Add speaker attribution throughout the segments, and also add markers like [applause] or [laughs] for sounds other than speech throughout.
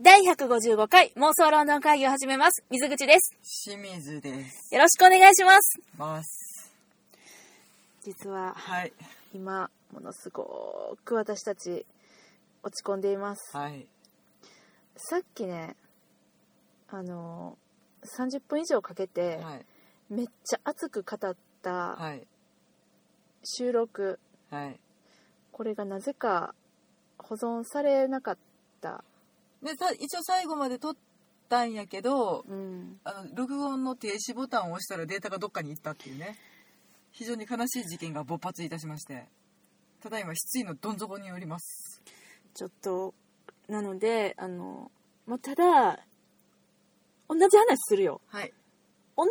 Speaker 1: 第155回妄想ロンドン会議を始めます。水口です。
Speaker 2: 清水です。
Speaker 1: よろしくお願いします。
Speaker 2: ます。
Speaker 1: 実は、
Speaker 2: はい。
Speaker 1: 今、ものすごく私たち、落ち込んでいます。
Speaker 2: はい。
Speaker 1: さっきね、あのー、30分以上かけて、
Speaker 2: はい。
Speaker 1: めっちゃ熱く語った
Speaker 2: はい。
Speaker 1: 収録、
Speaker 2: はい。
Speaker 1: これがなぜか保存されなかった。
Speaker 2: で、さ、一応最後まで撮ったんやけど、
Speaker 1: うん。
Speaker 2: あの、録音の停止ボタンを押したらデータがどっかに行ったっていうね。非常に悲しい事件が勃発いたしまして。ただいま失意のどん底におります。
Speaker 1: ちょっと、なので、あの、まあ、ただ、同じ話するよ。
Speaker 2: はい。
Speaker 1: 同じ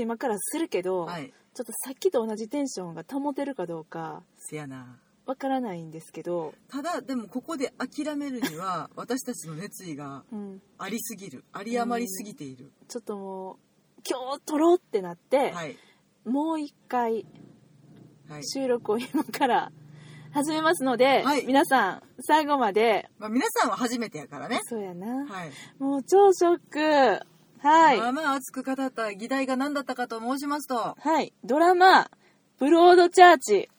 Speaker 1: 話今からするけど、
Speaker 2: はい。
Speaker 1: ちょっとさっきと同じテンションが保てるかどうか
Speaker 2: せやな。
Speaker 1: わからないんですけど、
Speaker 2: ただ、でもここで諦める
Speaker 1: [laughs]
Speaker 2: には、私たちの熱意が
Speaker 1: うん、
Speaker 2: ありすぎる。あり余りすぎている。
Speaker 1: ちょっともう今日撮ろうってなって、
Speaker 2: はい。
Speaker 1: もう一回
Speaker 2: はい。
Speaker 1: 収録を今から始めますので、
Speaker 2: はい
Speaker 1: 皆さん最後まで、
Speaker 2: まあ、皆さんは初めてやからね。
Speaker 1: そうやな、
Speaker 2: はい。
Speaker 1: もう超ショックはい、
Speaker 2: まあまあ熱く語った議題が何だったかと申しますと、
Speaker 1: はい、ドラマ「ブロードチャーチ」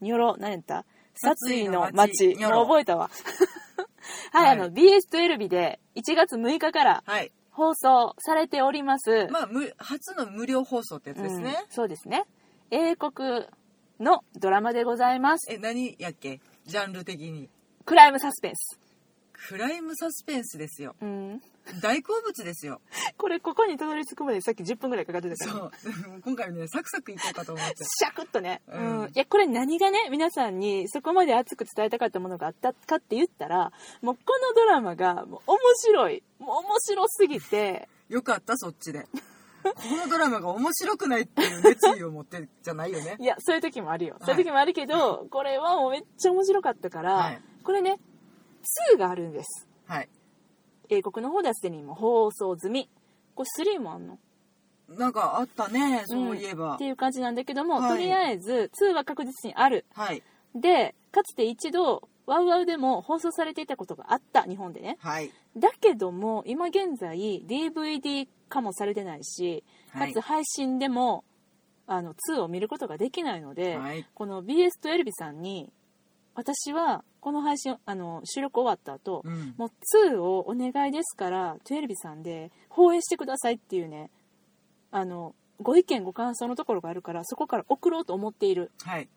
Speaker 1: によろ何やった殺
Speaker 2: 殺
Speaker 1: 意
Speaker 2: 意
Speaker 1: の
Speaker 2: の
Speaker 1: 街
Speaker 2: 街
Speaker 1: もう覚えたわ [laughs] はい、あ
Speaker 2: は
Speaker 1: の
Speaker 2: い
Speaker 1: BS12 日で1月6日から
Speaker 2: はい。
Speaker 1: 放送されております、
Speaker 2: まあ、む初の無料放送ってやつですね
Speaker 1: うん。そうですね英国のドラマでございます
Speaker 2: え、何やっけジャンル的に。
Speaker 1: クライムサスペンス、
Speaker 2: クライムサスペンスですよ。
Speaker 1: うん、
Speaker 2: 大好物ですよ。
Speaker 1: [laughs] これここにたどり着くまでさっき10分ぐらいかかってたから
Speaker 2: そう。 [laughs] 今回ね、サクサクいこうかと思って。
Speaker 1: シャクッとね、うん
Speaker 2: うん
Speaker 1: いやこれ何がね皆さんにそこまで熱く伝えたかったものがあったかって言ったらもうこのドラマがもう面白いもう面白すぎて
Speaker 2: よかった、そっちで。このドラマが面白くないっていう熱意を持ってじゃないよね
Speaker 1: い。やそういう時もあるよ、
Speaker 2: はい
Speaker 1: そういう時もあるけどこれはもうめっちゃ面白かったから、
Speaker 2: はい
Speaker 1: これね2があるんです
Speaker 2: はい。
Speaker 1: 英国の方ではすでにもう放送済みこれ3もあんの
Speaker 2: なんかあったね、そういえ
Speaker 1: んっ
Speaker 2: ば
Speaker 1: て。いう感じなんだけども、
Speaker 2: はい
Speaker 1: とりあえず2は確実にある
Speaker 2: はい。
Speaker 1: でかつて一度ワウワウでも放送されていたことがあった日本でね
Speaker 2: はい。
Speaker 1: だけども今現在 DVD 化もされてないしか
Speaker 2: はい
Speaker 1: つ。配信でも、あの2を見ることができないので、
Speaker 2: はい。
Speaker 1: この BS12 さんに私はこの配信あの収録終わった後、
Speaker 2: うん。
Speaker 1: もう2をお願いですから12さんで放映してくださいっていうねあのご意見ご感想のところがあるからそこから送ろうと思っている
Speaker 2: はい。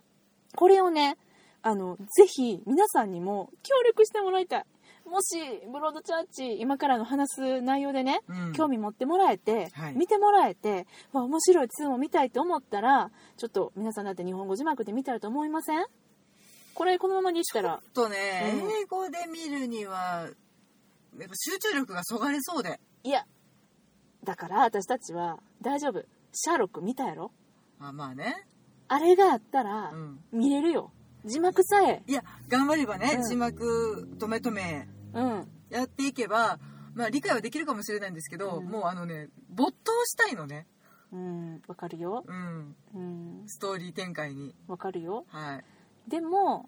Speaker 1: これをねあのぜひ皆さんにも協力してもらいたいもしブロードチャーチ今からの話す内容でね、
Speaker 2: うん
Speaker 1: 興味持ってもらえて、
Speaker 2: はい
Speaker 1: 見てもらえてわ面白い2も見たいと思ったらちょっと皆さんだって日本語字幕で見たらと思いませんこれこのままにしたら
Speaker 2: ちょっとね、
Speaker 1: うん
Speaker 2: 英語で見るにはなんか集中力がそがれそうで
Speaker 1: いやだから私たちは大丈夫シャーロック見たやろ
Speaker 2: あまあね
Speaker 1: あれがあったら
Speaker 2: うん
Speaker 1: 見れるよ字幕さえ
Speaker 2: いや頑張ればね、
Speaker 1: うん
Speaker 2: 字幕止め止め
Speaker 1: うん
Speaker 2: やっていけばまあ理解はできるかもしれないんですけど、
Speaker 1: うん
Speaker 2: もうあのね没頭したいのね
Speaker 1: うんわかるよ
Speaker 2: うん
Speaker 1: うん
Speaker 2: ストーリー展開に
Speaker 1: わかるよ
Speaker 2: はい
Speaker 1: でも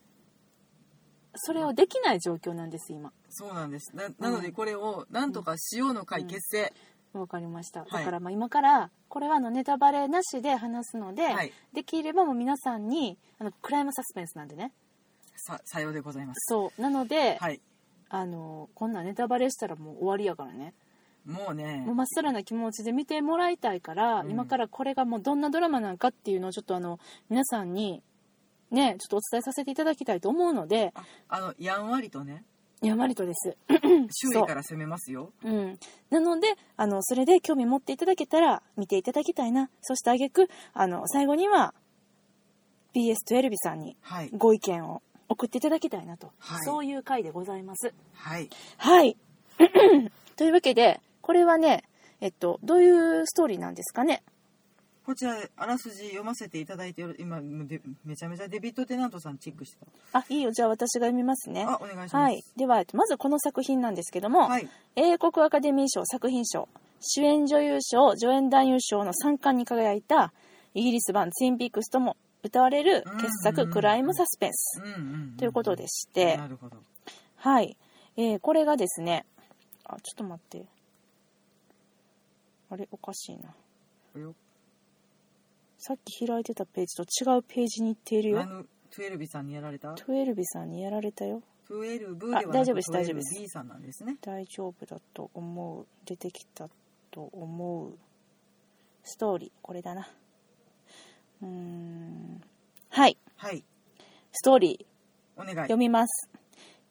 Speaker 1: それをできない状況なんです今
Speaker 2: そうなんですななの
Speaker 1: う
Speaker 2: で
Speaker 1: ん
Speaker 2: これをなんとかしようの会結成、
Speaker 1: わかりました、
Speaker 2: い
Speaker 1: だからまあ今からこれはあのネタバレなしで話すので、
Speaker 2: はい
Speaker 1: できればもう皆さんにあのクライムサスペンスなんでね
Speaker 2: ささようでございます
Speaker 1: そうなので、
Speaker 2: はい
Speaker 1: あのこんなネタバレしたらもう終わりやからね
Speaker 2: もうね
Speaker 1: もうまっさらな気持ちで見てもらいたいから、
Speaker 2: うん
Speaker 1: 今からこれがもうどんなドラマなのかっていうのをちょっとあの皆さんにねちょっとお伝えさせていただきたいと思うので
Speaker 2: ああのやんわりとね
Speaker 1: やまりとです
Speaker 2: 周囲から攻めますよ
Speaker 1: うん、なのであのそれで興味持っていただけたら見ていただきたいなそして挙句あの最後には BS12 さんに
Speaker 2: はい
Speaker 1: ご意見を送っていただきたいなと、
Speaker 2: はい
Speaker 1: そういう回でございます。
Speaker 2: はい
Speaker 1: はい [clears throat] というわけでこれはね、えっと、どういうストーリーなんですかね
Speaker 2: こちらあらすじ読ませていただいておる今もうでめちゃめちゃデビッド・テナントさんチェックして
Speaker 1: あいいよじゃあ私が読みますね
Speaker 2: た。あお願いします。
Speaker 1: はい、ではえっとまずこの作品なんですけども、
Speaker 2: はい
Speaker 1: 英国アカデミー賞作品賞主演女優賞助演男優賞の3冠に輝いたイギリス版「ツインピークス」とも歌われる傑
Speaker 2: う
Speaker 1: 作
Speaker 2: ん
Speaker 1: クライムサスペンス
Speaker 2: うんうんん
Speaker 1: ということでして、
Speaker 2: なるほど。
Speaker 1: はいえーこれがですねあちょっと待ってあれおかしいな
Speaker 2: あれよ
Speaker 1: さっき開いてたページと違うページに行っている
Speaker 2: 前
Speaker 1: よ
Speaker 2: のトゥエルビさんにやられた
Speaker 1: トゥエルビさんにやられたよ
Speaker 2: トゥエルブではな
Speaker 1: あ
Speaker 2: く
Speaker 1: 大丈夫です
Speaker 2: トゥエル
Speaker 1: 大丈夫です
Speaker 2: ビさんなんですね
Speaker 1: 大丈夫だと思う出てきたと思うストーリーこれだなうーんはい
Speaker 2: はい
Speaker 1: ストーリー
Speaker 2: お願い
Speaker 1: 読みます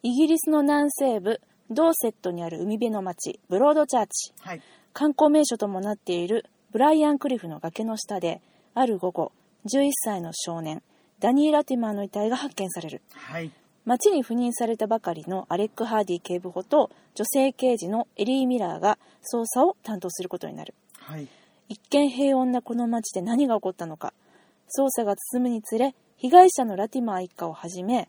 Speaker 1: イギリスの南西部ドーセットにある海辺の町ブロードチャーチ
Speaker 2: はい
Speaker 1: 観光名所ともなっているブライアン・クリフの崖の下である午後11歳の少年ダニー・ラティマーの遺体が発見される
Speaker 2: はい
Speaker 1: 町に赴任されたばかりのアレック・ハーディ警部補と女性刑事のエリー・ミラーが捜査を担当することになる
Speaker 2: はい
Speaker 1: 一見平穏なこの町で何が起こったのか捜査が進むにつれ被害者のラティマー一家をはじめ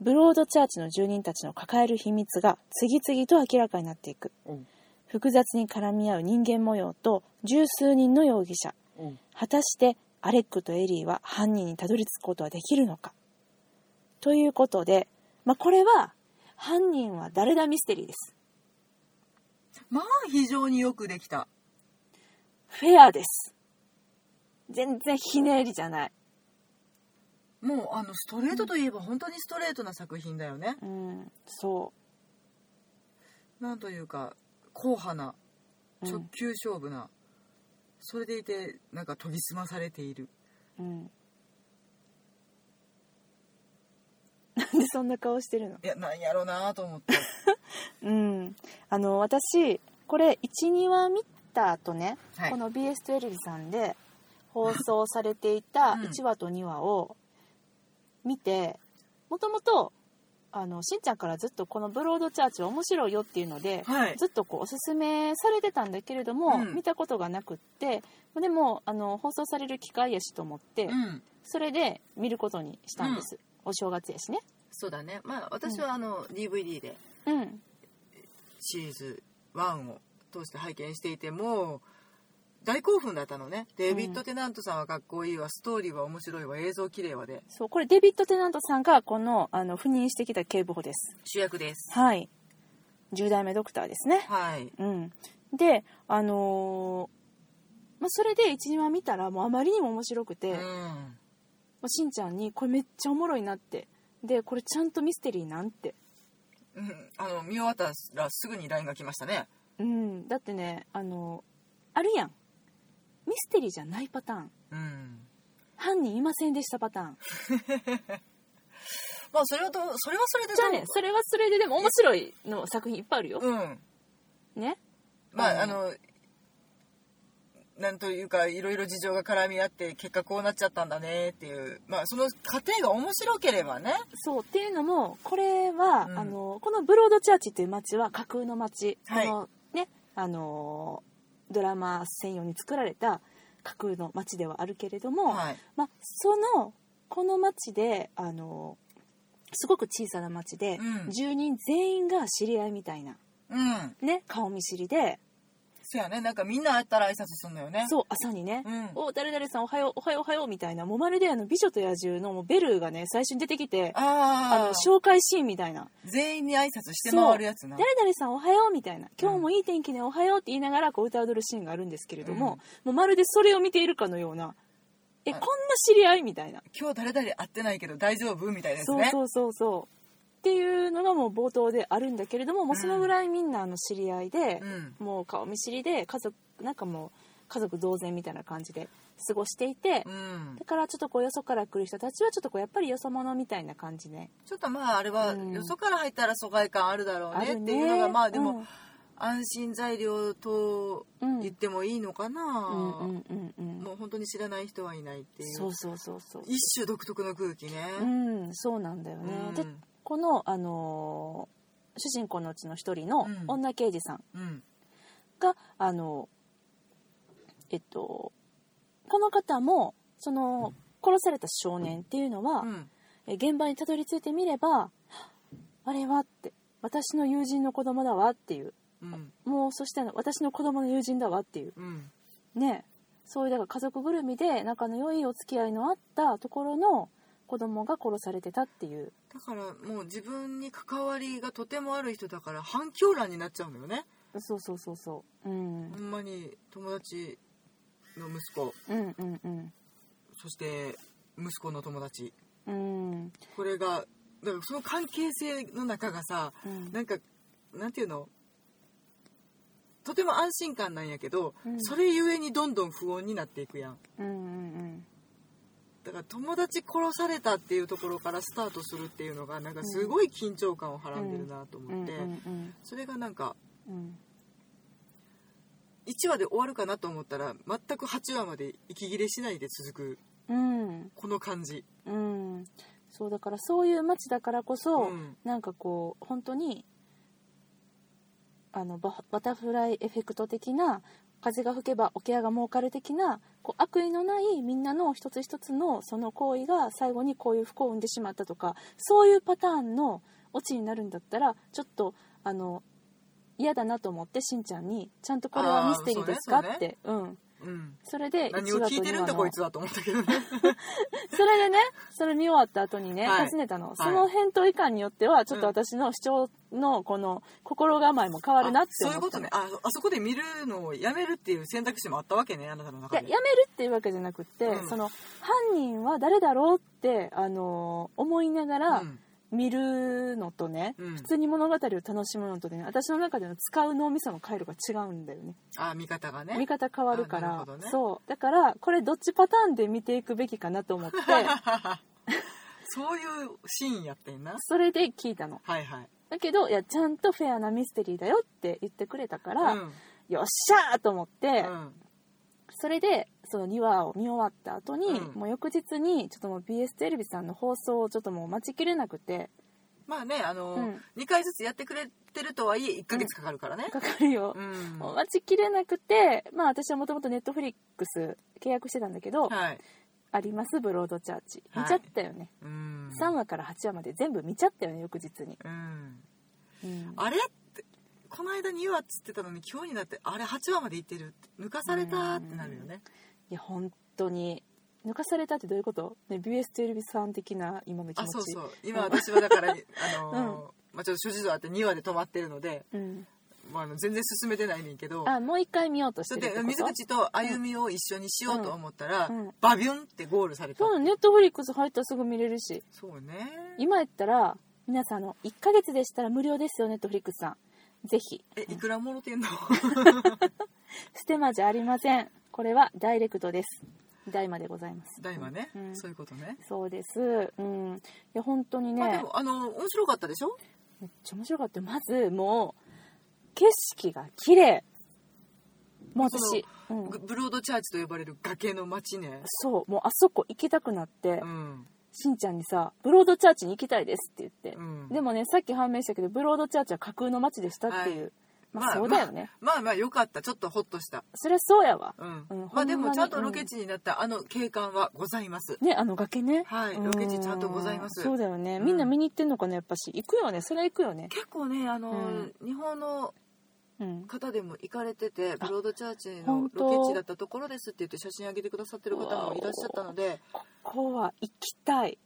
Speaker 1: ブロードチャーチの住人たちの抱える秘密が次々と明らかになっていく
Speaker 2: おう
Speaker 1: 複雑に絡み合う人間模様と十数人の容疑者
Speaker 2: おう
Speaker 1: 果たしてアレックとエリーは犯人にたどり着くことはできるのかということで、まあ、これは犯人は誰だミステリーです
Speaker 2: まあ非常によくできた
Speaker 1: フェアです全然ひねりじゃない
Speaker 2: もうあのストレートといえば本当にストレートな作品だよね
Speaker 1: うんそ
Speaker 2: なんというか硬派な
Speaker 1: う、う
Speaker 2: 直
Speaker 1: ん
Speaker 2: 球勝負な、それでいてなんか研ぎ澄まされている
Speaker 1: うん、なんでそんな顔してるの
Speaker 2: いやなんやろうなと思って
Speaker 1: うんあの私これ12話見た後ね、
Speaker 2: [laughs] はい
Speaker 1: この BS12 さんで放送されていた
Speaker 2: うん
Speaker 1: 1話と2話を見てもともとあのしんちゃんからずっとこの「ブロードチャーチ」は面白いよっていうので、
Speaker 2: はい
Speaker 1: ずっとこうおすすめされてたんだけれども、
Speaker 2: うん
Speaker 1: 見たことがなくってでもあの放送される機会やしと思って、
Speaker 2: うん
Speaker 1: それで見ることにしたんです、お正月やしね。
Speaker 2: そうだねまあ私はあの DVD で
Speaker 1: うん
Speaker 2: シリーズ1を通して拝見していてもう大興奮だったのねデビッド・テナントさんはかっこいいわストーリーは面白いわ映像綺麗わで
Speaker 1: そうこれデビッド・テナントさんがこのあの赴任してきた警部補です
Speaker 2: 主役です
Speaker 1: はい10代目ドクターですね
Speaker 2: はい
Speaker 1: うんであのーまあ、それで12話見たらもうあまりにも面白くて、
Speaker 2: うん
Speaker 1: もうしんちゃんに「これめっちゃおもろいな」ってでこれちゃんとミステリーなんて
Speaker 2: うんあの見終わったらすぐに LINE が来ましたね
Speaker 1: うんだってねあのあるやんミステリーじゃないパターン
Speaker 2: うん
Speaker 1: 犯人いませんでしたパタ
Speaker 2: [laughs]
Speaker 1: ーン
Speaker 2: まあそれはどうそれはそれでどう
Speaker 1: じゃあねそれはそれででも面白いの作品いっぱいあるよ、
Speaker 2: うん
Speaker 1: ね
Speaker 2: まあ
Speaker 1: う
Speaker 2: あ
Speaker 1: ん
Speaker 2: のなんというかいろいろ事情が絡み合って結果こうなっちゃったんだねっていうまあその過程が面白ければね
Speaker 1: そうっていうのもこれは、
Speaker 2: うん
Speaker 1: あのこのブロードチャーチっていう街は架空の街、
Speaker 2: はい
Speaker 1: このねあのドラマ専用に作られた架空の街ではあるけれども、
Speaker 2: はい
Speaker 1: まあ、そのこの街であのすごく小さな街で、
Speaker 2: うん
Speaker 1: 住人全員が知り合いみたいな、
Speaker 2: うん
Speaker 1: ね、顔見知りで
Speaker 2: そうやねなんかみんな会ったら挨拶するのよね
Speaker 1: そう朝にね「
Speaker 2: うん
Speaker 1: お誰々さんおはようおはようおはよう」みたいなもうまるであの「美女と野獣」のもうベルがね最初に出てきてあ
Speaker 2: あ
Speaker 1: の
Speaker 2: あ
Speaker 1: 紹介シーンみたいな。
Speaker 2: 全員に挨拶して回るやつな
Speaker 1: 誰々さんおはようみたいな今日もいい天気ねおはようって言いながらこう歌う踊るシーンがあるんですけれども、もうまるでそれを見ているかのようなえ
Speaker 2: は
Speaker 1: こん
Speaker 2: い
Speaker 1: な知り合いみたいな、
Speaker 2: 今日誰々会ってないけど大丈夫みたいです
Speaker 1: そう
Speaker 2: ね
Speaker 1: そうそうそうっていうのがもう冒頭であるんだけれどももうそのぐらいみんなあの知り合いで、
Speaker 2: うん
Speaker 1: もう顔見知りで家族なんかもう家族同然みたいな感じで過ごしていて、
Speaker 2: うん
Speaker 1: だからちょっとこうよそから来る人たちはちょっとこうやっぱりよそ者みたいな感じね
Speaker 2: ちょっとまああれは
Speaker 1: うん
Speaker 2: よそから入ったら疎外感あるだろう
Speaker 1: あ
Speaker 2: ね
Speaker 1: る
Speaker 2: っていうのがまあでも、
Speaker 1: うん
Speaker 2: 安心材料と
Speaker 1: うん
Speaker 2: 言ってもいいのかな、
Speaker 1: うんうんうんうん
Speaker 2: もう本当に知らない人はいないっていう
Speaker 1: そうそうそうそう
Speaker 2: 一種独特の空気ね、
Speaker 1: うん、そうなんだよね、
Speaker 2: うん
Speaker 1: でこの、あのー主人公のうちの一人の
Speaker 2: うん
Speaker 1: 女刑事さん
Speaker 2: うん
Speaker 1: が、あのえっとこの方もその殺された少年っていうのは、
Speaker 2: うん
Speaker 1: え現場にたどり着いてみればあれはって私の友人の子供だわっていう
Speaker 2: うん
Speaker 1: もうそして私の子供の友人だわっていう
Speaker 2: うん
Speaker 1: ねそういうだから家族ぐるみで仲の良いお付き合いのあったところの子供が殺されてたっていう
Speaker 2: だからもう自分に関わりがとてもある人だから反響欄になっちゃうのよね
Speaker 1: そうそうそうそう、うん、
Speaker 2: ほんまに友達の息子
Speaker 1: うんうんうん
Speaker 2: そして息子の友達
Speaker 1: うん
Speaker 2: これがだからその関係性の中がさ
Speaker 1: うん
Speaker 2: なんかなんていうのとても安心感なんやけど、
Speaker 1: うん
Speaker 2: それゆえにどんどん不穏になっていくやん
Speaker 1: うんうん
Speaker 2: だから友達殺されたっていうところからスタートするっていうのがなんかすごい緊張感をはらんでるなと
Speaker 1: うんうん
Speaker 2: 思って、
Speaker 1: うん
Speaker 2: それがなんか
Speaker 1: うん
Speaker 2: 1話で終わるかなと思ったら全く8話まで息切れしないで続く
Speaker 1: うん
Speaker 2: この感じ
Speaker 1: うんそうだからそういう街だからこそ、
Speaker 2: うん
Speaker 1: なんかこう本当にあのババタフライエフェクト的な風が吹けば桶屋が儲かる的なこう悪意のないみんなの一つ一つのその行為が最後にこういう不幸を生んでしまったとかそういうパターンのオチになるんだったらちょっとあの嫌だなと思ってしんちゃんにちゃんとこれはミステリーですか
Speaker 2: あーそうね
Speaker 1: ってうん
Speaker 2: うん
Speaker 1: それで
Speaker 2: 何
Speaker 1: 1
Speaker 2: を
Speaker 1: 話
Speaker 2: 聞い
Speaker 1: と
Speaker 2: て
Speaker 1: 2
Speaker 2: る
Speaker 1: 話
Speaker 2: んだこ
Speaker 1: の
Speaker 2: いつはと思ったけどね
Speaker 1: それでねそれ見終わった後にね、
Speaker 2: はい
Speaker 1: 尋ねたの
Speaker 2: い
Speaker 1: その返答以下によってはちょっと私の主張のこの心構えも変わるなって
Speaker 2: そうい
Speaker 1: 思っ
Speaker 2: う
Speaker 1: た
Speaker 2: こと
Speaker 1: の
Speaker 2: ね [laughs] ああそこで見るのをやめるっていう選択肢もあったわけねあなたの
Speaker 1: いや
Speaker 2: 中
Speaker 1: や
Speaker 2: で
Speaker 1: めるっていうわけじゃなくって、
Speaker 2: うん
Speaker 1: その犯人は誰だろうって、あのー思いながら
Speaker 2: うん
Speaker 1: 見るのとね、
Speaker 2: うん
Speaker 1: 普通に物語を楽しむのとでね私の中での使う脳みその回路が違うんだよね
Speaker 2: あ見方がね
Speaker 1: 見方変わるか
Speaker 2: あな
Speaker 1: ら
Speaker 2: るほどね
Speaker 1: そうだからこれどっちパターンで見ていくべきかなと
Speaker 2: [laughs]
Speaker 1: 思って
Speaker 2: そういうシーンやってんな
Speaker 1: それで聞いたの
Speaker 2: はいはい
Speaker 1: だけどいやちゃんとフェアなミステリーだよって言ってくれたから、
Speaker 2: うん
Speaker 1: よっしゃーと思って、
Speaker 2: うん
Speaker 1: それでその2話を見終わった後に、
Speaker 2: うん
Speaker 1: もう翌日にちょっともう BS テレビさんの放送をちょっともう待ちきれなくて
Speaker 2: まあねあの、
Speaker 1: うん
Speaker 2: 2回ずつやってくれてるとはいえ1ヶ月かかるからね
Speaker 1: かかるよ
Speaker 2: う、ん、
Speaker 1: もう
Speaker 2: は
Speaker 1: 待ちきれなくてまあ私はもともとネットフリックス契約してたんだけど、
Speaker 2: い
Speaker 1: ありますブロードチャーチ
Speaker 2: はい
Speaker 1: 見ちゃったよね、
Speaker 2: うん
Speaker 1: 3話から8話まで全部見ちゃったよね翌日に、
Speaker 2: うん
Speaker 1: うん
Speaker 2: あれってこの間2話っつってたのに今日になってあれ8話までいってる抜かされたってなるよね
Speaker 1: いや本当に抜かされたってどういうこと、ね、BS テレビさん的な今の気
Speaker 2: あ
Speaker 1: 持ち
Speaker 2: そう
Speaker 1: [laughs]
Speaker 2: そう今私はだからあのー、まあ、ちょっと諸事情あって2話で止まってるので、
Speaker 1: うん、
Speaker 2: まあ、あの全然進めてないねんけど
Speaker 1: あもう一回見ようとして
Speaker 2: そ
Speaker 1: る
Speaker 2: れ
Speaker 1: ってこ
Speaker 2: で
Speaker 1: と
Speaker 2: 水口と歩みを一緒にしようと思ったら、
Speaker 1: うんうん
Speaker 2: バビュンってゴールされた、
Speaker 1: そうなのネットフリックス入ったらすぐ見れるし
Speaker 2: そうね
Speaker 1: 今やったら皆さんあの1ヶ月でしたら無料ですよネットフリックスさんぜひ
Speaker 2: えいくらもろてんの [laughs]
Speaker 1: ステマじゃありませんこれはダイレクトです大魔でございます
Speaker 2: 大麻ね、
Speaker 1: うん
Speaker 2: そういうことね
Speaker 1: そうですうんいや本当にね、
Speaker 2: まあでもあの面白かったでしょ
Speaker 1: めっちゃ面白かったよまずもう景色が綺麗もう私そう,、ん
Speaker 2: ブ、ブロードチャーチと呼ばれる崖の街ね
Speaker 1: そうもうあそこ行きたくなって、
Speaker 2: うん
Speaker 1: しんちゃんにさ「ブロードチャーチに行きたいです」って言って、
Speaker 2: うん
Speaker 1: でもねさっき判明したけどブロードチャーチは架空の街でしたっていう、
Speaker 2: はい
Speaker 1: まあそうだよね、
Speaker 2: まあ、まあまあよかったちょっとホッとした
Speaker 1: そりゃそうやわ、
Speaker 2: うん、
Speaker 1: うん
Speaker 2: まあで
Speaker 1: ほんま
Speaker 2: も
Speaker 1: に
Speaker 2: ちゃんとロケ地になったあの景観はございます、
Speaker 1: ねあの崖ね
Speaker 2: はい
Speaker 1: うん
Speaker 2: ロケ地ちゃんとございます
Speaker 1: そうだよねみんな見に行ってんのかなやっぱし行くよねそりゃ行くよね
Speaker 2: 結構ねあの、日本の
Speaker 1: うん
Speaker 2: 方でも行かれててブロードチャーチ
Speaker 1: ほ
Speaker 2: の
Speaker 1: んと
Speaker 2: ロケ地だったところですって言って写真上げてくださってる方もいらっしゃったので
Speaker 1: ここは行きたい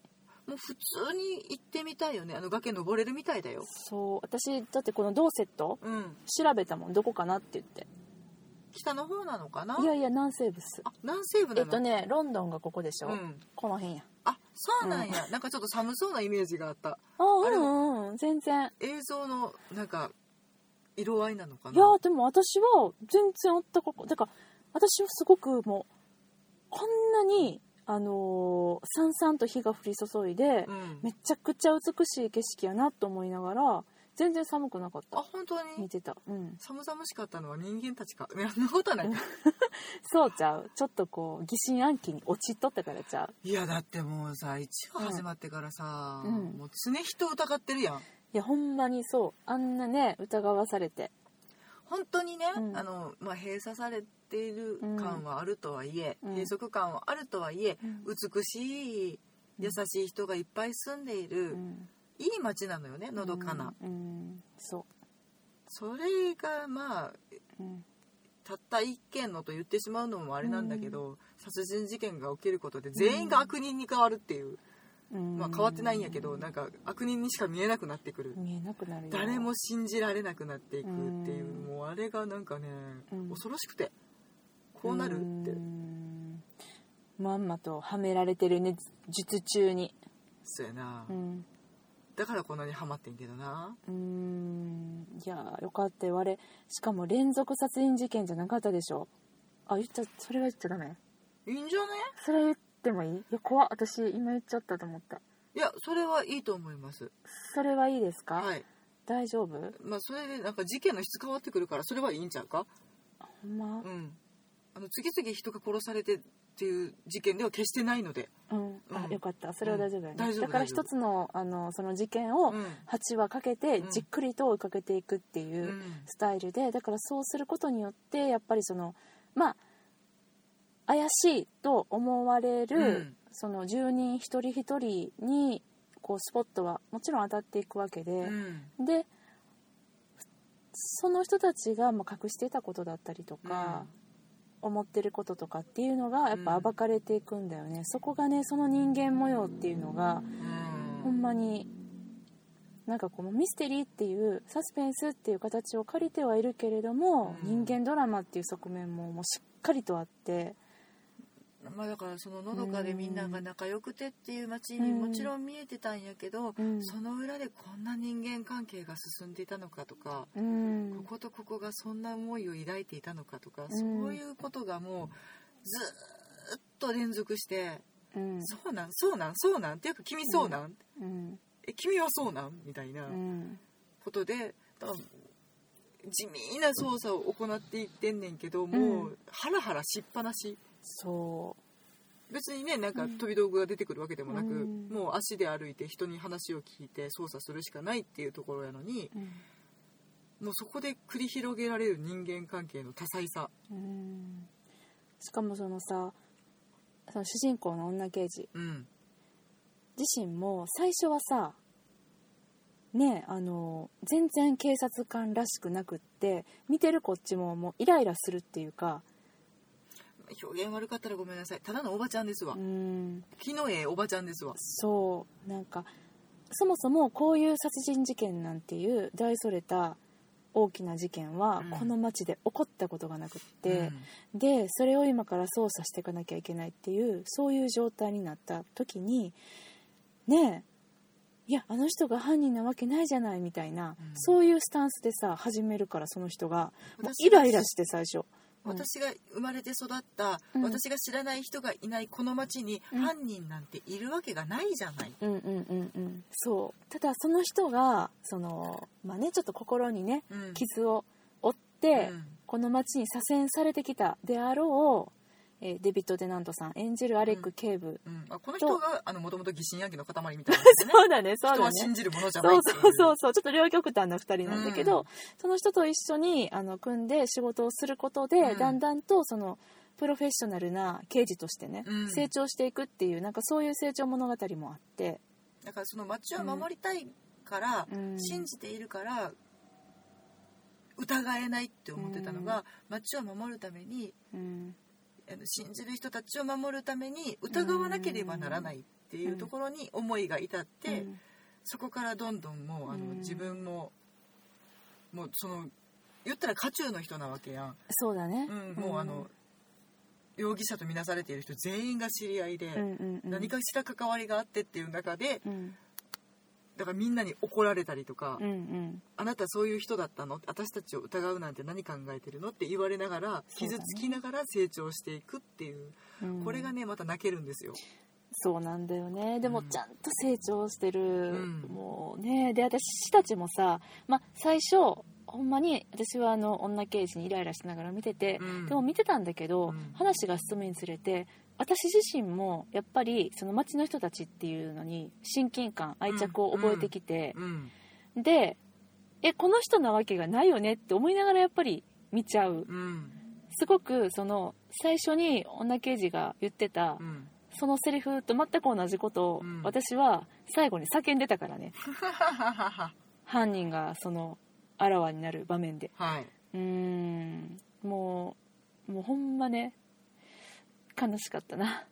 Speaker 2: もう普通に行ってみたいよねあの崖登れるみたいだよ
Speaker 1: そう私だってこの同セット
Speaker 2: うん
Speaker 1: 調べたもんどこかなって言って
Speaker 2: 北の方なのかない
Speaker 1: やいや南西部っす
Speaker 2: あ南西部なの
Speaker 1: えっとねロンドンがここでしょ、
Speaker 2: うん
Speaker 1: この辺や
Speaker 2: あそうなんや、なんかちょっと寒そうなイメージがあった
Speaker 1: あ
Speaker 2: あ
Speaker 1: う
Speaker 2: れ
Speaker 1: んうん全然
Speaker 2: 映像のなんか色合いなのか
Speaker 1: いや
Speaker 2: な
Speaker 1: でも私は全然あったかくだから私はすごくもうこんなにあのー、さんさんと火が降り注いで、
Speaker 2: うん
Speaker 1: めちゃくちゃ美しい景色やなと思いながら全然寒くなかっ
Speaker 2: あ
Speaker 1: た
Speaker 2: 本当
Speaker 1: 見
Speaker 2: に
Speaker 1: てたうん
Speaker 2: 寒々しかったのは人間たちかいやそんなことはないか
Speaker 1: そうちゃうちょっとこう疑心暗鬼に陥っとったからちゃう
Speaker 2: いやだってもうさ1話始まってからさ、
Speaker 1: うん
Speaker 2: もう常人を疑ってるやん
Speaker 1: いやほんまにそうあんなね疑わされて
Speaker 2: 本当にね、
Speaker 1: うん
Speaker 2: あのまあ、閉鎖されている感はあるとはいえ、
Speaker 1: うん
Speaker 2: 閉塞感はあるとはいえ、
Speaker 1: うん
Speaker 2: 美しい優しい人がいっぱい住んでいる、
Speaker 1: うん
Speaker 2: いい街なのよねのどかな、
Speaker 1: うん、うんそ
Speaker 2: それがまあ
Speaker 1: う、うん、
Speaker 2: たった一件のと言ってしまうのもあれなんだけど、殺人事件が起きることで全員が悪人に変わるっていう、
Speaker 1: うん
Speaker 2: まあ、変わってないんやけどなんか悪人にしか見えなくなってくる
Speaker 1: 見えなくなるよ
Speaker 2: 誰も信じられなくなっていくっていう
Speaker 1: うん
Speaker 2: もうあれがなんかね
Speaker 1: うん
Speaker 2: 恐ろしくてこうなるって
Speaker 1: うんまんまとはめられてるね術中に
Speaker 2: そうやな
Speaker 1: うん
Speaker 2: だからこんなにハマってんけどな
Speaker 1: うんいやーよかったよあれしかも連続殺人事件じゃなかったでしょあ言っちゃそれは言っちゃダメ
Speaker 2: いいんじゃね
Speaker 1: それ言ってもいいいや怖っ私今言っちゃったと思った
Speaker 2: いやそれはいいと思います
Speaker 1: それはいいですか、
Speaker 2: はい
Speaker 1: 大丈夫
Speaker 2: まあそれでなんか事件の質変わってくるからそれはいいんちゃうか
Speaker 1: ほんま
Speaker 2: うんあの次々人が殺されてっていう事件では決してないので
Speaker 1: うん、あ
Speaker 2: うん
Speaker 1: よかったそれは大丈夫だよね、
Speaker 2: うん大丈夫
Speaker 1: だから
Speaker 2: 大丈夫
Speaker 1: 一つのあのその事件を
Speaker 2: うん
Speaker 1: 8話かけて
Speaker 2: うん
Speaker 1: じっくりと追いかけていくっていうううんスタイルでだからそうすることによってやっぱりそのまあ怪しいと思われる、
Speaker 2: うん
Speaker 1: その住人一人一人にこうスポットはもちろん当たっていくわけ
Speaker 2: う
Speaker 1: で、
Speaker 2: ん
Speaker 1: でその人たちがまあ隠していたことだったりとか、思ってることとかっていうのがやっぱ
Speaker 2: うん
Speaker 1: 暴かれていくんだよね、そこがねその人間模様っていうのが
Speaker 2: うん
Speaker 1: ほんまになんかこのミステリーっていうサスペンスっていう形を借りてはいるけれども、
Speaker 2: うん
Speaker 1: 人間ドラマっていう側面ももうしっかりとあって
Speaker 2: まあだからそののどかでみんなが仲良くてっていう街に
Speaker 1: うん
Speaker 2: もちろん見えてたんやけど、
Speaker 1: うん
Speaker 2: その裏でこんな人間関係が進んでいたのかとか、
Speaker 1: うん
Speaker 2: こことここがそんな思いを抱いていたのかとか、
Speaker 1: ん
Speaker 2: そういうことがもうずーっと連続して
Speaker 1: うん
Speaker 2: 「そうなんそうなんそうなん」っていうか「君そうなん、
Speaker 1: うん
Speaker 2: え君はそうなん?」みたいな
Speaker 1: うん
Speaker 2: ことでだから地味な捜査を行っていってんねんけども
Speaker 1: う
Speaker 2: うハラハラしっぱなし。
Speaker 1: そ
Speaker 2: 別にねなんか
Speaker 1: うん
Speaker 2: 飛び道具が出てくるわけでもなく、
Speaker 1: うん
Speaker 2: もう足で歩いて人に話を聞いて操作するしかないっていうところやのに
Speaker 1: う、うん
Speaker 2: もうそこで繰り広げられる人間関係の多彩さ、
Speaker 1: うんしかもそのさその主人公の女刑事
Speaker 2: うん、
Speaker 1: 自身も最初はさねえあの全然警察官らしくなくって見てるこっちももうイライラするっていうか
Speaker 2: 表現悪かったらごめんなさいただのおばちゃんですわ、
Speaker 1: うん
Speaker 2: 木の絵おばちゃんですわ
Speaker 1: そうなんかそもそもこういう殺人事件なんていう大それた大きな事件は
Speaker 2: うん
Speaker 1: この町で起こったことがなくって、でそれを今から捜査していかなきゃいけないっていうそういう状態になった時にねえいやあの人が犯人なわけないじゃないみたいな、
Speaker 2: うん
Speaker 1: そういうスタンスでさ始めるからその人が
Speaker 2: うん
Speaker 1: もう
Speaker 2: 私
Speaker 1: イライラして最初うん
Speaker 2: 私が生まれて育った、
Speaker 1: うん
Speaker 2: 私が知らない人がいないこの町に
Speaker 1: うん
Speaker 2: 犯人なんているわけがないじゃない、
Speaker 1: うんうんうんうんそうただその人がそのまあねちょっと心にね
Speaker 2: うん
Speaker 1: 傷を負って、この町に左遷されてきたであろう、えーデビッド・デナントさん演じるアレック警部、
Speaker 2: うんうんあこの人がもともと疑心暗鬼の塊みたいな、ね、
Speaker 1: そうだねそう
Speaker 2: 人
Speaker 1: だ
Speaker 2: は
Speaker 1: ね
Speaker 2: 信じるものじゃな
Speaker 1: そ
Speaker 2: いうってい
Speaker 1: そうそうそうちょっと両極端な2人なんだけど、
Speaker 2: うん
Speaker 1: その人と一緒にあの組んで仕事をすることで、
Speaker 2: うん
Speaker 1: だんだんとそのプロフェッショナルな刑事としてね、
Speaker 2: うん
Speaker 1: 成長していくっていうなんかそういう成長物語もあって、
Speaker 2: だからその町を守りたいから、
Speaker 1: うん
Speaker 2: 信じているから疑えないって思ってたのが、町を守るために
Speaker 1: うん
Speaker 2: あの信じる人たちを守るために疑わなければならないっていうところに思いが至って、
Speaker 1: うん
Speaker 2: そこからどんどんもうあの、
Speaker 1: うん
Speaker 2: 自分ももうその言ったら渦中の人なわけやん、
Speaker 1: そうだね、
Speaker 2: うん、もうあの、容疑者とみなされている人全員が知り合いで、
Speaker 1: うんうんうん、
Speaker 2: 何かしら関わりがあってっていう中で
Speaker 1: うん
Speaker 2: だからみんなに怒られたりとか
Speaker 1: うんう、ん
Speaker 2: あなたそういう人だったの私たちを疑うなんて何考えてるのって言われながら
Speaker 1: そうだ
Speaker 2: 傷
Speaker 1: ね
Speaker 2: つきながら成長していくっていう
Speaker 1: うん
Speaker 2: これがねまた泣けるんですよ、
Speaker 1: そうなんだよねでも
Speaker 2: うん
Speaker 1: ちゃんと成長してる、
Speaker 2: ん
Speaker 1: もうねで私たちもさ、まあ、最初ほんまに私はあの女刑事にイライラしながら見てて、
Speaker 2: うん
Speaker 1: でも見てたんだけど、
Speaker 2: うん
Speaker 1: 話が進むにつれて私自身もやっぱりその町の人たちっていうのに親近感愛着を覚えてきて、
Speaker 2: うん
Speaker 1: でえこの人なわけがないよねって思いながらやっぱり見ちゃう [laughs]
Speaker 2: うん
Speaker 1: すごくその最初に女刑事が言ってた、
Speaker 2: うん
Speaker 1: そのセリフと全く同じことを
Speaker 2: うん
Speaker 1: 私は最後に叫んでたからね、
Speaker 2: は
Speaker 1: 犯人がそのあらわになる場面で
Speaker 2: い
Speaker 1: ー
Speaker 2: う
Speaker 1: んもうもうほんまね悲しかったな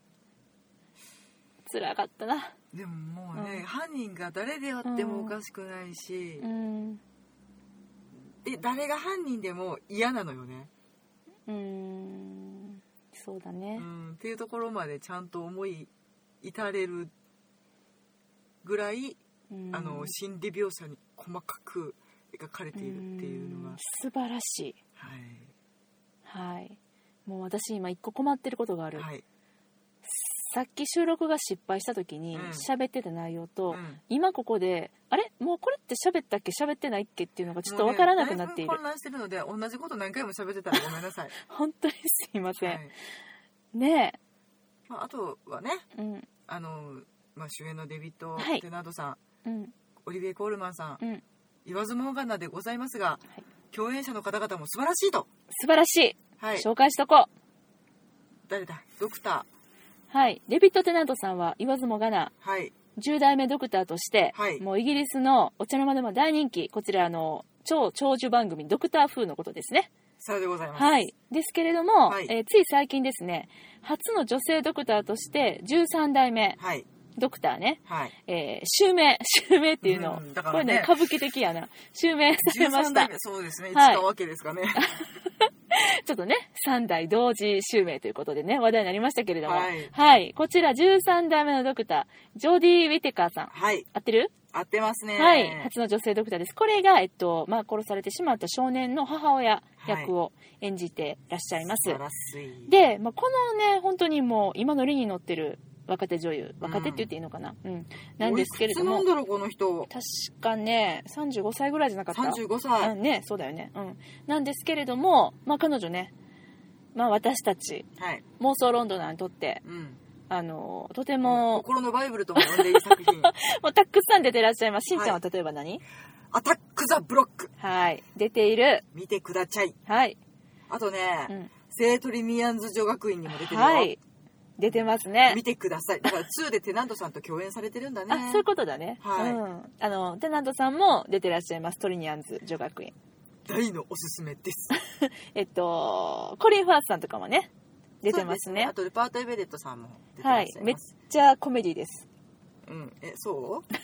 Speaker 1: 辛かったな
Speaker 2: でももうね、
Speaker 1: うん
Speaker 2: 犯人が誰であってもおかしくないし、
Speaker 1: うん
Speaker 2: で誰が犯人でも嫌なのよね、
Speaker 1: うんそうだ
Speaker 2: う
Speaker 1: ね
Speaker 2: ん、っていうところまでちゃんと思い至れるぐらい、
Speaker 1: うん
Speaker 2: あの心理描写に細かく描かれているっていうのが、
Speaker 1: ん素晴らしい
Speaker 2: はい
Speaker 1: はいもう私今一個困ってることがある、
Speaker 2: はい、
Speaker 1: さっき収録が失敗した時に
Speaker 2: うん
Speaker 1: 喋ってた内容と、
Speaker 2: うん
Speaker 1: 今ここであれもうこれって喋ったっけ喋ってないっけっていうのがちょっと
Speaker 2: も
Speaker 1: わ
Speaker 2: うね
Speaker 1: からなくなってい
Speaker 2: だ
Speaker 1: る、
Speaker 2: ぶ混乱してるので同じこと何回も喋ってたらごめんな
Speaker 1: [laughs]
Speaker 2: さい、
Speaker 1: 本当にすいません、
Speaker 2: はい
Speaker 1: ね
Speaker 2: まあ、あとはね
Speaker 1: えうん
Speaker 2: あの、まあ、主演のデビッド・
Speaker 1: はい
Speaker 2: テナードさん、
Speaker 1: うん
Speaker 2: オリビエ・コールマンさん
Speaker 1: うん
Speaker 2: 言わずもがなでございますが、
Speaker 1: い
Speaker 2: 共演者の方々も素晴らしいと、
Speaker 1: 素晴らしい、
Speaker 2: はい、
Speaker 1: 紹介しとこう
Speaker 2: 誰だドクタ
Speaker 1: はいデビッド・テナントさんは言わずもがな
Speaker 2: ーはい
Speaker 1: 10代目ドクターとして、
Speaker 2: はい
Speaker 1: もうイギリスのお茶の間でも大人気こちらあの超長寿番組「ドクター・フー」のことですね
Speaker 2: さようでございます、
Speaker 1: はい、ですけれども、
Speaker 2: はい
Speaker 1: えーつい最近ですね初の女性ドクターとして13代目
Speaker 2: はい
Speaker 1: ドクターね、
Speaker 2: はい
Speaker 1: [laughs] えー襲名襲名っていうのを、
Speaker 2: うんだか
Speaker 1: これ
Speaker 2: ら
Speaker 1: ね
Speaker 2: ね
Speaker 1: 歌舞伎的やな襲名されました
Speaker 2: 13代目そうですね、
Speaker 1: はい
Speaker 2: 一度わけで
Speaker 1: [laughs]
Speaker 2: すかね
Speaker 1: ちょっとね3代同時襲名ということでね話題になりましたけれどもは
Speaker 2: はいい、
Speaker 1: こちら13代目のドクタージョディ・ウィテカーさん
Speaker 2: はい
Speaker 1: 合ってる、
Speaker 2: 合ってますね
Speaker 1: はい初の女性ドクターですこれが、えっとまあ、殺されてしまった少年の母親役を演じてらっしゃいます、
Speaker 2: 素晴らしい
Speaker 1: で、まあ、このね本当にもう今のりに乗ってる若手女優若手って言っていいのかな、うんなんですけれど
Speaker 2: おい
Speaker 1: も
Speaker 2: くつなんだろうこの人
Speaker 1: 確かね35歳ぐらいじゃなかった
Speaker 2: 35歳、
Speaker 1: うんねそうだよねうんなんですけれども、まあ、彼女ね、まあ、私たち
Speaker 2: はい、
Speaker 1: 妄想ロンドナーにとって
Speaker 2: うん、
Speaker 1: あのとても,、
Speaker 2: 心のバイブルとも呼んでいる作品
Speaker 1: もうたくさん出てらっしゃいますしんちゃんは
Speaker 2: は
Speaker 1: 例えば何
Speaker 2: 「アタック・ザ・ブロック
Speaker 1: はい出ている」
Speaker 2: 見てくだちゃい
Speaker 1: はい、
Speaker 2: あとね、
Speaker 1: うん、
Speaker 2: 聖トリミアンズ女学院にも出てるよ、
Speaker 1: はい出てますね
Speaker 2: 見てくださいだから2でテナントさんと共演されてるんだね
Speaker 1: あそういうことだね、
Speaker 2: はい
Speaker 1: うん、あのテナントさんも出てらっしゃいますトリニアンズ女学院
Speaker 2: 大のおすすめです
Speaker 1: えっと、コリン・ファースさんとかもね、 [laughs] 出てますね。
Speaker 2: そうであとルパート・エベレットさんも出てら
Speaker 1: は
Speaker 2: っ
Speaker 1: い
Speaker 2: しゃ。い
Speaker 1: めっ
Speaker 2: ます、
Speaker 1: ちゃコメディです。
Speaker 2: うん、えそう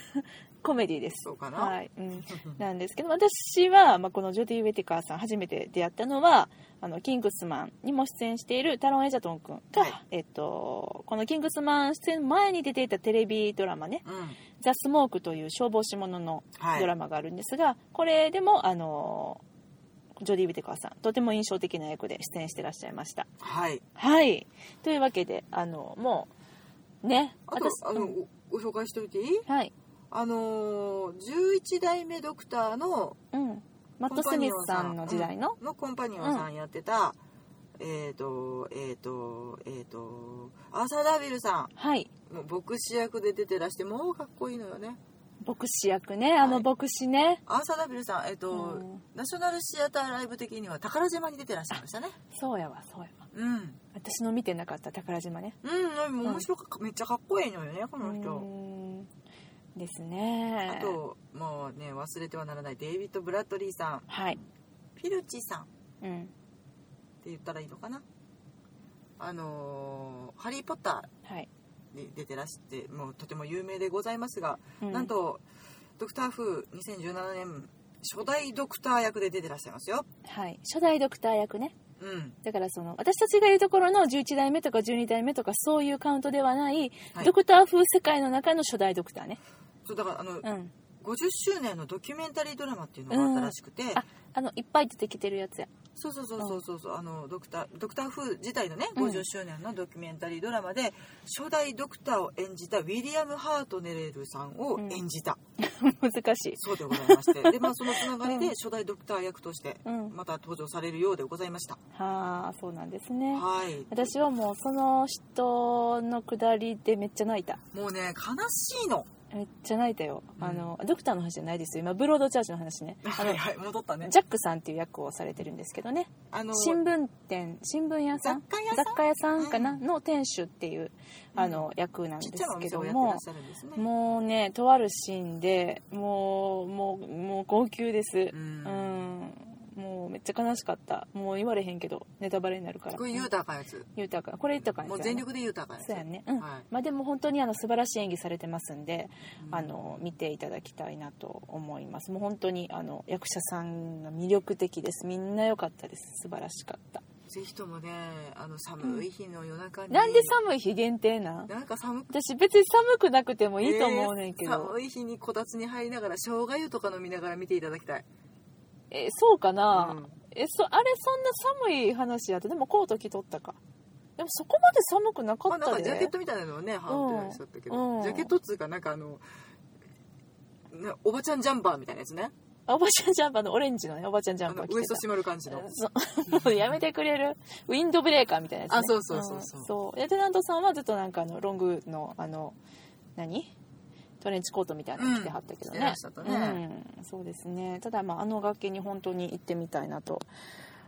Speaker 1: コメディです。
Speaker 2: そうかな、
Speaker 1: はい。うん。なんですけど、私は、まあ、このジョディ・ウェティカーさん、初めて出会ったのは、あの、キングスマンにも出演しているタロン・エジャトン君が、
Speaker 2: はい
Speaker 1: えっと、このキングスマン出演前に出ていたテレビドラマね、
Speaker 2: うん
Speaker 1: ザ・スモークという消防士ものの
Speaker 2: はい、
Speaker 1: ドラマがあるんですが、これでも、あの、ジョディ・ウェティカーさん、とても印象的な役で出演してらっしゃいました。
Speaker 2: はい、
Speaker 1: はい。というわけで、あの、もう、ね、
Speaker 2: あとあの
Speaker 1: うん
Speaker 2: ごご紹介しておいていい
Speaker 1: はい。
Speaker 2: あのー、11代目ドクターの
Speaker 1: うん。マット・スミスさんの時代の、
Speaker 2: のコンパニオンさんやってた、えっ、ー、とえっ、ー、とえっ、ー、とアーサー・ダービルさ
Speaker 1: はい。
Speaker 2: んもう牧師役で出てらしてもうかっこいいのよね
Speaker 1: 牧師役ね、あの
Speaker 2: はい
Speaker 1: 牧師ね。
Speaker 2: アーサー・ダービルさんえっ、と、
Speaker 1: うん
Speaker 2: ナショナルシアターライブ的には宝島に出てらっしゃいましたね
Speaker 1: そうやわ、そうやわ。
Speaker 2: うん
Speaker 1: 私の見てなかった宝島ね。
Speaker 2: うん、
Speaker 1: ん
Speaker 2: 面白か、めっちゃかっこいいのよねこの
Speaker 1: う
Speaker 2: 人、
Speaker 1: ーんですね。
Speaker 2: あともうね忘れてはならないデイビッド・ブラッドリーさん
Speaker 1: はい。
Speaker 2: ピルチさんっ
Speaker 1: うん。
Speaker 2: て言ったらいいのかなあのーハリー・ポッタ
Speaker 1: はい。
Speaker 2: ー」に出てらしてもうとても有名でございますが、
Speaker 1: うん
Speaker 2: なんと「ドクター・フー」2017年初代ドクター役で出てらっしゃいますよ
Speaker 1: はい。初代ドクター役ね。
Speaker 2: うん
Speaker 1: だからその、私たちがいるところの11代目とか12代目とかそういうカウントではない、
Speaker 2: はい
Speaker 1: ドクター風世界の中の初代ドクタ
Speaker 2: [laughs]
Speaker 1: ーね。
Speaker 2: そうだからあの、
Speaker 1: うん。
Speaker 2: 50周年のドキュメンタリードラマっていうのがあったらしくて、
Speaker 1: あ、あの、いっぱい出てきてるやつ [laughs] や。
Speaker 2: そうそうそうそうそうそうあのドクタードクターフー自体のね
Speaker 1: うん
Speaker 2: 50周年のドキュメンタリードラマで、初代ドクターを演じたウィリアム・ハートネレルさんを演じた、
Speaker 1: 難しい。
Speaker 2: そうでございましてで、まあ、そのつながり
Speaker 1: う
Speaker 2: で
Speaker 1: ん
Speaker 2: 初代ドクター役として
Speaker 1: うん。
Speaker 2: また登場されるようでございました、
Speaker 1: はあそうなんですね
Speaker 2: はい
Speaker 1: 私はもうその人のくだりでめっちゃ泣いた
Speaker 2: もうね悲しいの
Speaker 1: めっちゃ泣いたよ、
Speaker 2: うん
Speaker 1: あのドクターの話じゃないですよ今ブロードチャーチの話ねあ
Speaker 2: は
Speaker 1: の
Speaker 2: いはい戻ったね
Speaker 1: ジャックさんっていう役をされてるんですけどね
Speaker 2: あの
Speaker 1: 新聞店新聞屋さ
Speaker 2: 雑
Speaker 1: ん
Speaker 2: 貨屋さ
Speaker 1: 雑
Speaker 2: ん
Speaker 1: 貨屋さんかな、
Speaker 2: う
Speaker 1: の店主っていうあの、役なん
Speaker 2: ち
Speaker 1: で
Speaker 2: っ
Speaker 1: す
Speaker 2: ちゃなお
Speaker 1: け
Speaker 2: 店
Speaker 1: ど
Speaker 2: をやってら
Speaker 1: も
Speaker 2: っしゃるんですね
Speaker 1: もうねとあるシーンでもうもうもう号泣です
Speaker 2: うん
Speaker 1: うんもうめっちゃ悲しかったもう言われへんけどネタバレになるから
Speaker 2: これ言うたらあかんやつ
Speaker 1: 言うたらあかんこれ言ったらあかんや
Speaker 2: も
Speaker 1: つ
Speaker 2: う
Speaker 1: や
Speaker 2: 全
Speaker 1: な
Speaker 2: 力で言うたらあかんやつ
Speaker 1: そうやね、うん
Speaker 2: はい
Speaker 1: まあ、でも本当にあの素晴らしい演技されてますんで、
Speaker 2: うん
Speaker 1: あの見ていただきたいなと思いますもう本当にあの役者さんが魅力的ですみんな良かったです素晴らしかった、
Speaker 2: ぜひともねあの寒い日の夜中に、
Speaker 1: なんで寒い日限定なん
Speaker 2: なんか寒く
Speaker 1: 私別に寒くなくてもいいと思うねんけ
Speaker 2: えー
Speaker 1: ど、
Speaker 2: 寒い日にこたつに入りながら生姜湯とか飲みながら見ていただきたい
Speaker 1: えーそうかな、
Speaker 2: うん
Speaker 1: えそあれそんな寒い話やったでもコート着とったかでもそこまで寒くなか
Speaker 2: まあ、
Speaker 1: っ
Speaker 2: なん
Speaker 1: た
Speaker 2: かジャケ
Speaker 1: で
Speaker 2: ットみたいなのをね羽織ってらっしゃったけど、
Speaker 1: うん
Speaker 2: ジャケットっつうかなんかあのなおばちゃんジャンバーみたいなやつね
Speaker 1: あおばちゃんジャンパーのオレンジのねおばちゃんジャ
Speaker 2: あ
Speaker 1: ンパ
Speaker 2: の
Speaker 1: ー着
Speaker 2: ウエ
Speaker 1: て
Speaker 2: ス
Speaker 1: た
Speaker 2: ト締まる感じの、
Speaker 1: そうもうやめてくれるウィンドブレーカーみたいなやつ、ね、
Speaker 2: あそうそうそうそうん
Speaker 1: そうでテナントさんはずっとなんかあのロングのあの何トレンチコートみたいなの着てはったけど
Speaker 2: うん着てら
Speaker 1: ね
Speaker 2: っしゃったね
Speaker 1: うん、そうですねただまああの楽器に本当に行ってみたいなと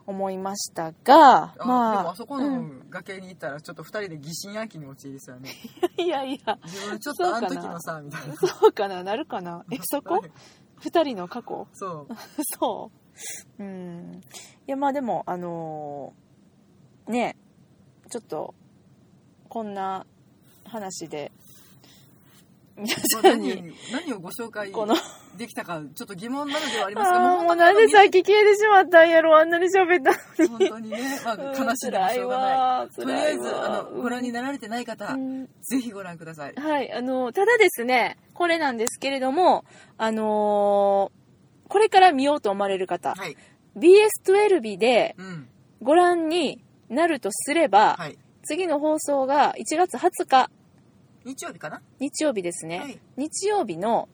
Speaker 1: 思いましたがま
Speaker 2: あで
Speaker 1: あ
Speaker 2: もあそこの崖に行ったらちょっと2人で疑心暗鬼に陥りそうやね
Speaker 1: いやいや
Speaker 2: 自分ちょっとあの時のさみたいな
Speaker 1: そうかななるかなえそこ二人の過去
Speaker 2: そう
Speaker 1: [laughs] そううんいやまあでもあのーねちょっとこんな話で皆
Speaker 2: まあ
Speaker 1: さん
Speaker 2: 何
Speaker 1: に
Speaker 2: 何をご紹介
Speaker 1: この
Speaker 2: できたかちょっと疑問なのではありますが
Speaker 1: [laughs] あーもう
Speaker 2: 本当
Speaker 1: なんでさっき消えてしまったんやろあんなに喋った
Speaker 2: に本当にね、まあ、悲しいでもしょうがない
Speaker 1: い
Speaker 2: とりあえずあのご覧になられてない方、
Speaker 1: うん
Speaker 2: ぜひご覧ください
Speaker 1: はい、あの、ただですね、これなんですけれども、あのーこれから見ようと思われる方、
Speaker 2: はい
Speaker 1: BS12 で
Speaker 2: うん
Speaker 1: ご覧になるとすれば、
Speaker 2: はい
Speaker 1: 次の放送が1月20日、
Speaker 2: 日曜日かな
Speaker 1: 日曜日ですね。
Speaker 2: はい
Speaker 1: 日曜日の、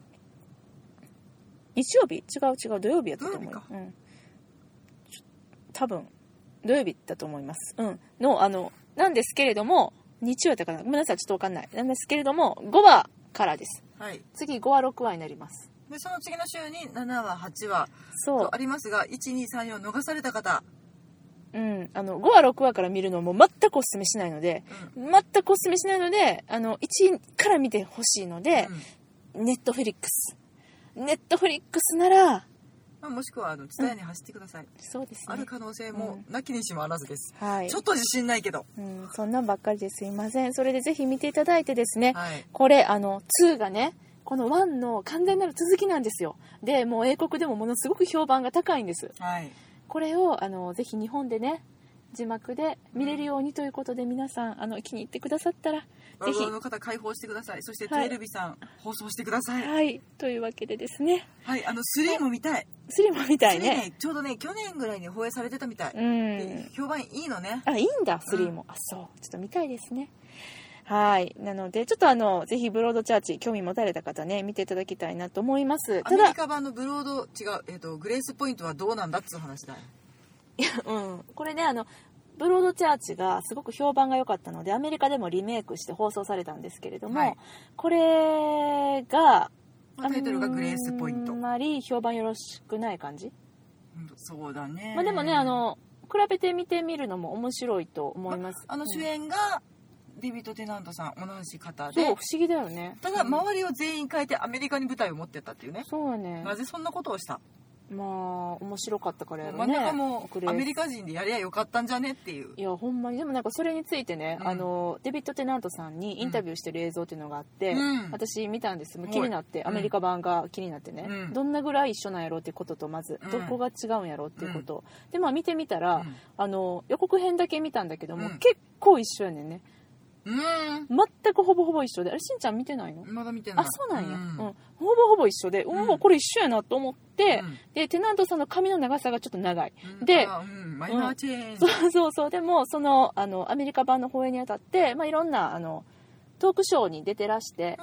Speaker 1: 日曜日違う違う、土曜日やったと思う
Speaker 2: 土曜
Speaker 1: よ
Speaker 2: 日。
Speaker 1: うん。ちょ多分、土曜日だと思います。うん。の、あの、なんですけれども、日曜だから、ごめんなさい、ちょっとわかんない。なんですけれども、5話からです。
Speaker 2: はい
Speaker 1: 次5話、6話になります。
Speaker 2: でその次の週に7話8話
Speaker 1: そう
Speaker 2: とあ。りますが1234を逃された方、
Speaker 1: うん。あの、5話、6話から見るのも全くおすすめしないので、
Speaker 2: うん
Speaker 1: 全くおすすめしないので、あの、1から見てほしいので
Speaker 2: う、ん
Speaker 1: ネットフリックス。ネットフリックスなら、
Speaker 2: まあ、もしくはあの蔦屋に走ってください、
Speaker 1: そうです
Speaker 2: あ
Speaker 1: ね
Speaker 2: る。可能性もなきにしもあらずです、
Speaker 1: はい
Speaker 2: ちょ。っと自信ないけど
Speaker 1: うん、そんなんばっかりですいません。それでぜひ見ていただいてですね、
Speaker 2: はい
Speaker 1: これ、あの、2がね、この1の完全なる続きなんですよ。で、もう英国でもものすごく評判が高いんです。
Speaker 2: はい
Speaker 1: これを、あの、ぜひ日本でね、字幕で見れるようにということで皆さん、あの、気に入ってくださったら、
Speaker 2: 我
Speaker 1: ぜひ
Speaker 2: 々、の方解放してくださいそして
Speaker 1: はい
Speaker 2: テレビさん、放送してください
Speaker 1: はい、というわけでですね、
Speaker 2: はいあの3も見たい
Speaker 1: スリムみたい
Speaker 2: 3
Speaker 1: ね。
Speaker 2: ねちょうどね去年ぐらいに放映されてたみたい、
Speaker 1: うん
Speaker 2: で。評判いいのね
Speaker 1: あ、いいんだ、3も。あ、そう。ちょっと見たいですね。はい。なので、ちょっとあの、ぜひ、ブロードチャーチ、興味持たれた方ね、見ていただきたいなと思います。
Speaker 2: ア
Speaker 1: た
Speaker 2: メ
Speaker 1: だ
Speaker 2: リ、カ版のブロード違う、えっとグレースポイントはどうなんだっつう話だよ
Speaker 1: うん、これねあのブロードチャーチがすごく評判が良かったのでアメリカでもリメイクして放送されたんですけれども、
Speaker 2: はい
Speaker 1: これが
Speaker 2: まあタイトルがグレースポイント
Speaker 1: あんまり評判よろしくない感じ、
Speaker 2: うんそうだね
Speaker 1: まあ、でもねあの比べてみてみるのも面白いと思います、
Speaker 2: あの主演がデビッド・テナントさん同じ
Speaker 1: そ
Speaker 2: 方
Speaker 1: う不
Speaker 2: で
Speaker 1: 思議だよね
Speaker 2: ただ周りを全員変えてアメリカに舞台を持ってったっていうね
Speaker 1: そうやね
Speaker 2: なぜそんなことをした
Speaker 1: まあ面白かったからやろ
Speaker 2: 真
Speaker 1: うんね
Speaker 2: 中も
Speaker 1: グレ
Speaker 2: ア
Speaker 1: ー
Speaker 2: メリカ人でやりゃよかったんじゃねっていう
Speaker 1: いやほんまにでもなんかそれについてね、
Speaker 2: うん
Speaker 1: あのデビッド・テナントさんにインタビューしてる映像っていうのがあって、
Speaker 2: うん
Speaker 1: 私見たんです
Speaker 2: はい
Speaker 1: 気になって
Speaker 2: うん
Speaker 1: アメリカ版が気になってね、
Speaker 2: うん
Speaker 1: どんなぐらい一緒なんやろうっていうこととまず、
Speaker 2: うん
Speaker 1: どこが違うんやろうっていうこと、でまあ見てみたら、あの予告編だけ見たんだけども、
Speaker 2: うん
Speaker 1: 結構一緒やねんね
Speaker 2: うん、うん
Speaker 1: 全くほぼほぼ一緒であれしんちゃん見てないの
Speaker 2: まだ見てない
Speaker 1: あそうなんや、うん
Speaker 2: う
Speaker 1: ほぼほぼ一緒で、う
Speaker 2: うん
Speaker 1: わこれ一緒やなと思って、
Speaker 2: うん
Speaker 1: でテナントさんの髪の長さがちょっと長い
Speaker 2: うん
Speaker 1: で
Speaker 2: あうんマイナーチェーンジ
Speaker 1: [laughs] そうそうそうでもそのあのアメリカ版の放映にあたって、まあ、いろんなあのトークショーに出てらして、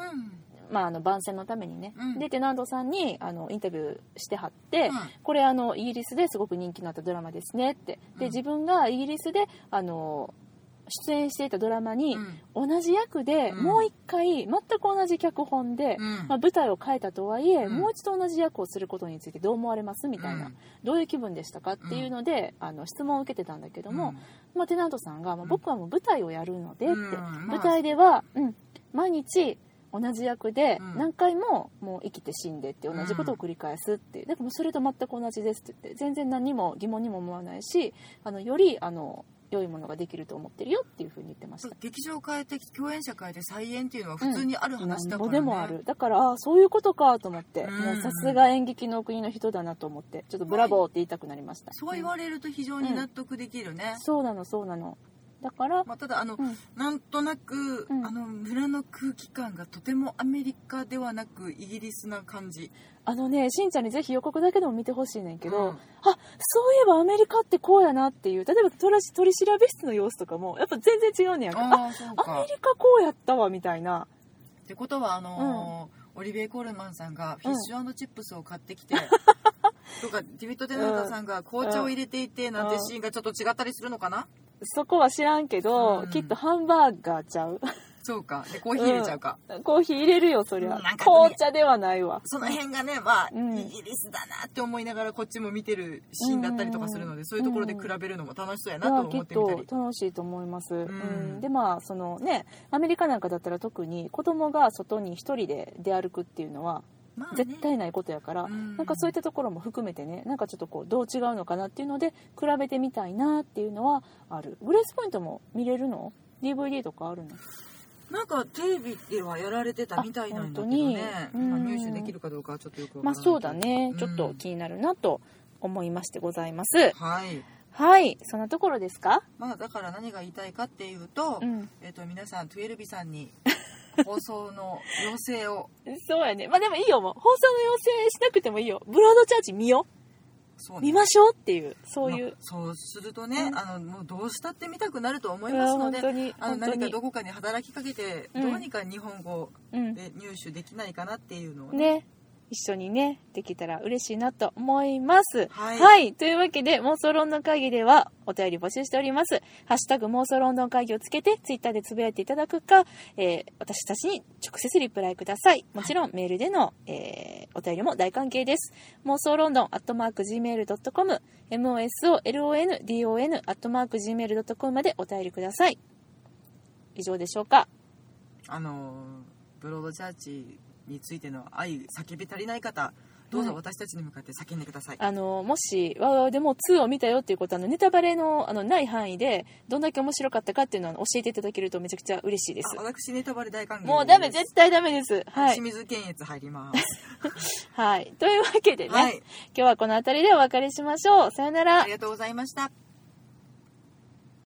Speaker 1: まあ、あの番宣のためにね、
Speaker 2: うん
Speaker 1: でテナントさんにあのインタビューしてはって、
Speaker 2: うん
Speaker 1: これあのイギリスですごく人気のあったドラマですねって
Speaker 2: う
Speaker 1: で
Speaker 2: ん
Speaker 1: 自分がイギリスであの出演していたドラマに
Speaker 2: うん
Speaker 1: 同じ役で、
Speaker 2: うん
Speaker 1: もう一回全く同じ脚本で、
Speaker 2: うん
Speaker 1: まあ、舞台を変えたとはいえ、
Speaker 2: うん
Speaker 1: もう一度同じ役をすることについてどう思われますみたいな、
Speaker 2: うん
Speaker 1: どういう気分でしたかっていうので、あの質問を受けてたんだけども、まあ、テナントさんが、まあ、
Speaker 2: うん
Speaker 1: 僕はもう舞台をやるのでって、
Speaker 2: うんまあ
Speaker 1: 舞台では、うん、毎日同じ役で
Speaker 2: うん
Speaker 1: 何回ももう生きて死んでって同じことを繰り返すっていう、でもそれと全く同じですって言って全然何も疑問にも思わないしあのよりあの良いものができると思ってるよっていうふうに言ってました。
Speaker 2: 劇場変えて共演者変えて再演っていうのは普通にある話
Speaker 1: な
Speaker 2: だ
Speaker 1: ん
Speaker 2: から、
Speaker 1: ぼ
Speaker 2: ね
Speaker 1: でもあるだからあーそういうことかと思って、
Speaker 2: うん
Speaker 1: もうさすが演劇の国の人だなと思ってちょっとブラボーって言いたくなりました
Speaker 2: そう言われると非常に納得できるね、
Speaker 1: そうなのそうなのだから、
Speaker 2: まあ、ただあの、
Speaker 1: うん
Speaker 2: なんとなく、
Speaker 1: うん
Speaker 2: あの村の空気感がとてもアメリカではなくイギリスな感じ
Speaker 1: あのねしんちゃんにぜひ予告だけでも見てほしいねんけど、
Speaker 2: うん
Speaker 1: あそういえばアメリカってこうやなっていう例えば取らし取り調べ室の様子とかもやっぱ全然違うねんやんかあ
Speaker 2: あそう
Speaker 1: アメリカこうやったわみたいな
Speaker 2: ってことはあのーオリビエ・コールマンさんがフィッシュチップスを買ってきて、とかディビッド・テナンタさんが紅茶を入れていてなんてシーンがちょっと違ったりするのかな、
Speaker 1: そこは知らんけど、
Speaker 2: うん
Speaker 1: きっとハンバーガーちゃう [laughs]
Speaker 2: そうかでコーヒー入れちゃうか、
Speaker 1: コーヒー入れるよそりゃ、
Speaker 2: うんなんかね
Speaker 1: 紅茶ではないわ
Speaker 2: その辺がねまあ、
Speaker 1: うん
Speaker 2: イギリスだなって思いながらこっちも見てるシーンだったりとかするので、そういうところで比べるのも楽しそうやなと思ってみた
Speaker 1: いやき
Speaker 2: り
Speaker 1: っ、と楽しいと思います、うん
Speaker 2: ん
Speaker 1: でまあそのねアメリカなんかだったら特に子供が外に一人で出歩くっていうのは
Speaker 2: まあね
Speaker 1: 絶対ないことやから、
Speaker 2: うん
Speaker 1: なんかそういったところも含めてねなんかちょっとこうどう違うのかなっていうので比べてみたいなっていうのはあるグレースポイントも見れるの DVD とかあるの
Speaker 2: なんかテレビではやられてたみたいなんだけどね
Speaker 1: あ本、当に
Speaker 2: まあ
Speaker 1: うん
Speaker 2: 入手できるかどうかはちょっとよくわか
Speaker 1: ま
Speaker 2: ら
Speaker 1: あ
Speaker 2: ない
Speaker 1: そうだね、
Speaker 2: うん
Speaker 1: ちょっと気になるなと思いましてございます
Speaker 2: はい
Speaker 1: はいそんなところですか
Speaker 2: まあだから何が言いたいかっていうと、
Speaker 1: うん
Speaker 2: えっと皆さんトゥエルビさ
Speaker 1: [laughs]
Speaker 2: んに放送の要請を
Speaker 1: そうやねまあでもいいよもう放送の要請しなくてもいいよブロードチャージ見よ
Speaker 2: そうう
Speaker 1: 見
Speaker 2: ね
Speaker 1: ましょうっていうそうい
Speaker 2: まあ
Speaker 1: う、
Speaker 2: そうするとね、
Speaker 1: うん
Speaker 2: あのもうどうしたって見たくなると思い
Speaker 1: いや
Speaker 2: ますの
Speaker 1: 本
Speaker 2: で
Speaker 1: 当に
Speaker 2: あの
Speaker 1: 本当
Speaker 2: 何か
Speaker 1: に
Speaker 2: どこかに働きかけて、
Speaker 1: うん
Speaker 2: どうにか日本語
Speaker 1: うん
Speaker 2: で入手できないかなっていうのをね
Speaker 1: ね一緒にねできたら嬉しいなと思います
Speaker 2: はい
Speaker 1: というわけで妄想ロンドン会議ではお便り募集しておりますハッシュタグ妄想ロンドン会議をつけてツイッターでつぶやいていただくか、えー私たちに直接リプライくださいもちろんメールでの、えーお便りも大歓迎です妄想ロンドンアットマーク Gmail.com mosolondon アットマーク Gmail.com までお便りください以上でしょうか
Speaker 2: あのブロードチャーチについての愛叫び足りない方どうぞ
Speaker 1: はい
Speaker 2: 私たちに向かって叫んでください、
Speaker 1: あのもし「わーわーでも2を見たよっていうことはあのネタバレのあのない範囲でどんだけ面白かったかっていうのをあの教えていただけるとめちゃくちゃ嬉しいです
Speaker 2: あ私ネタバレ大歓迎です
Speaker 1: もうダメ絶対ダメですは
Speaker 2: 清
Speaker 1: い、
Speaker 2: 水健越入ります、
Speaker 1: [laughs] はい、というわけでね、
Speaker 2: はい
Speaker 1: 今日はこの辺りでお別れしましょうさよなら
Speaker 2: ありがとうございました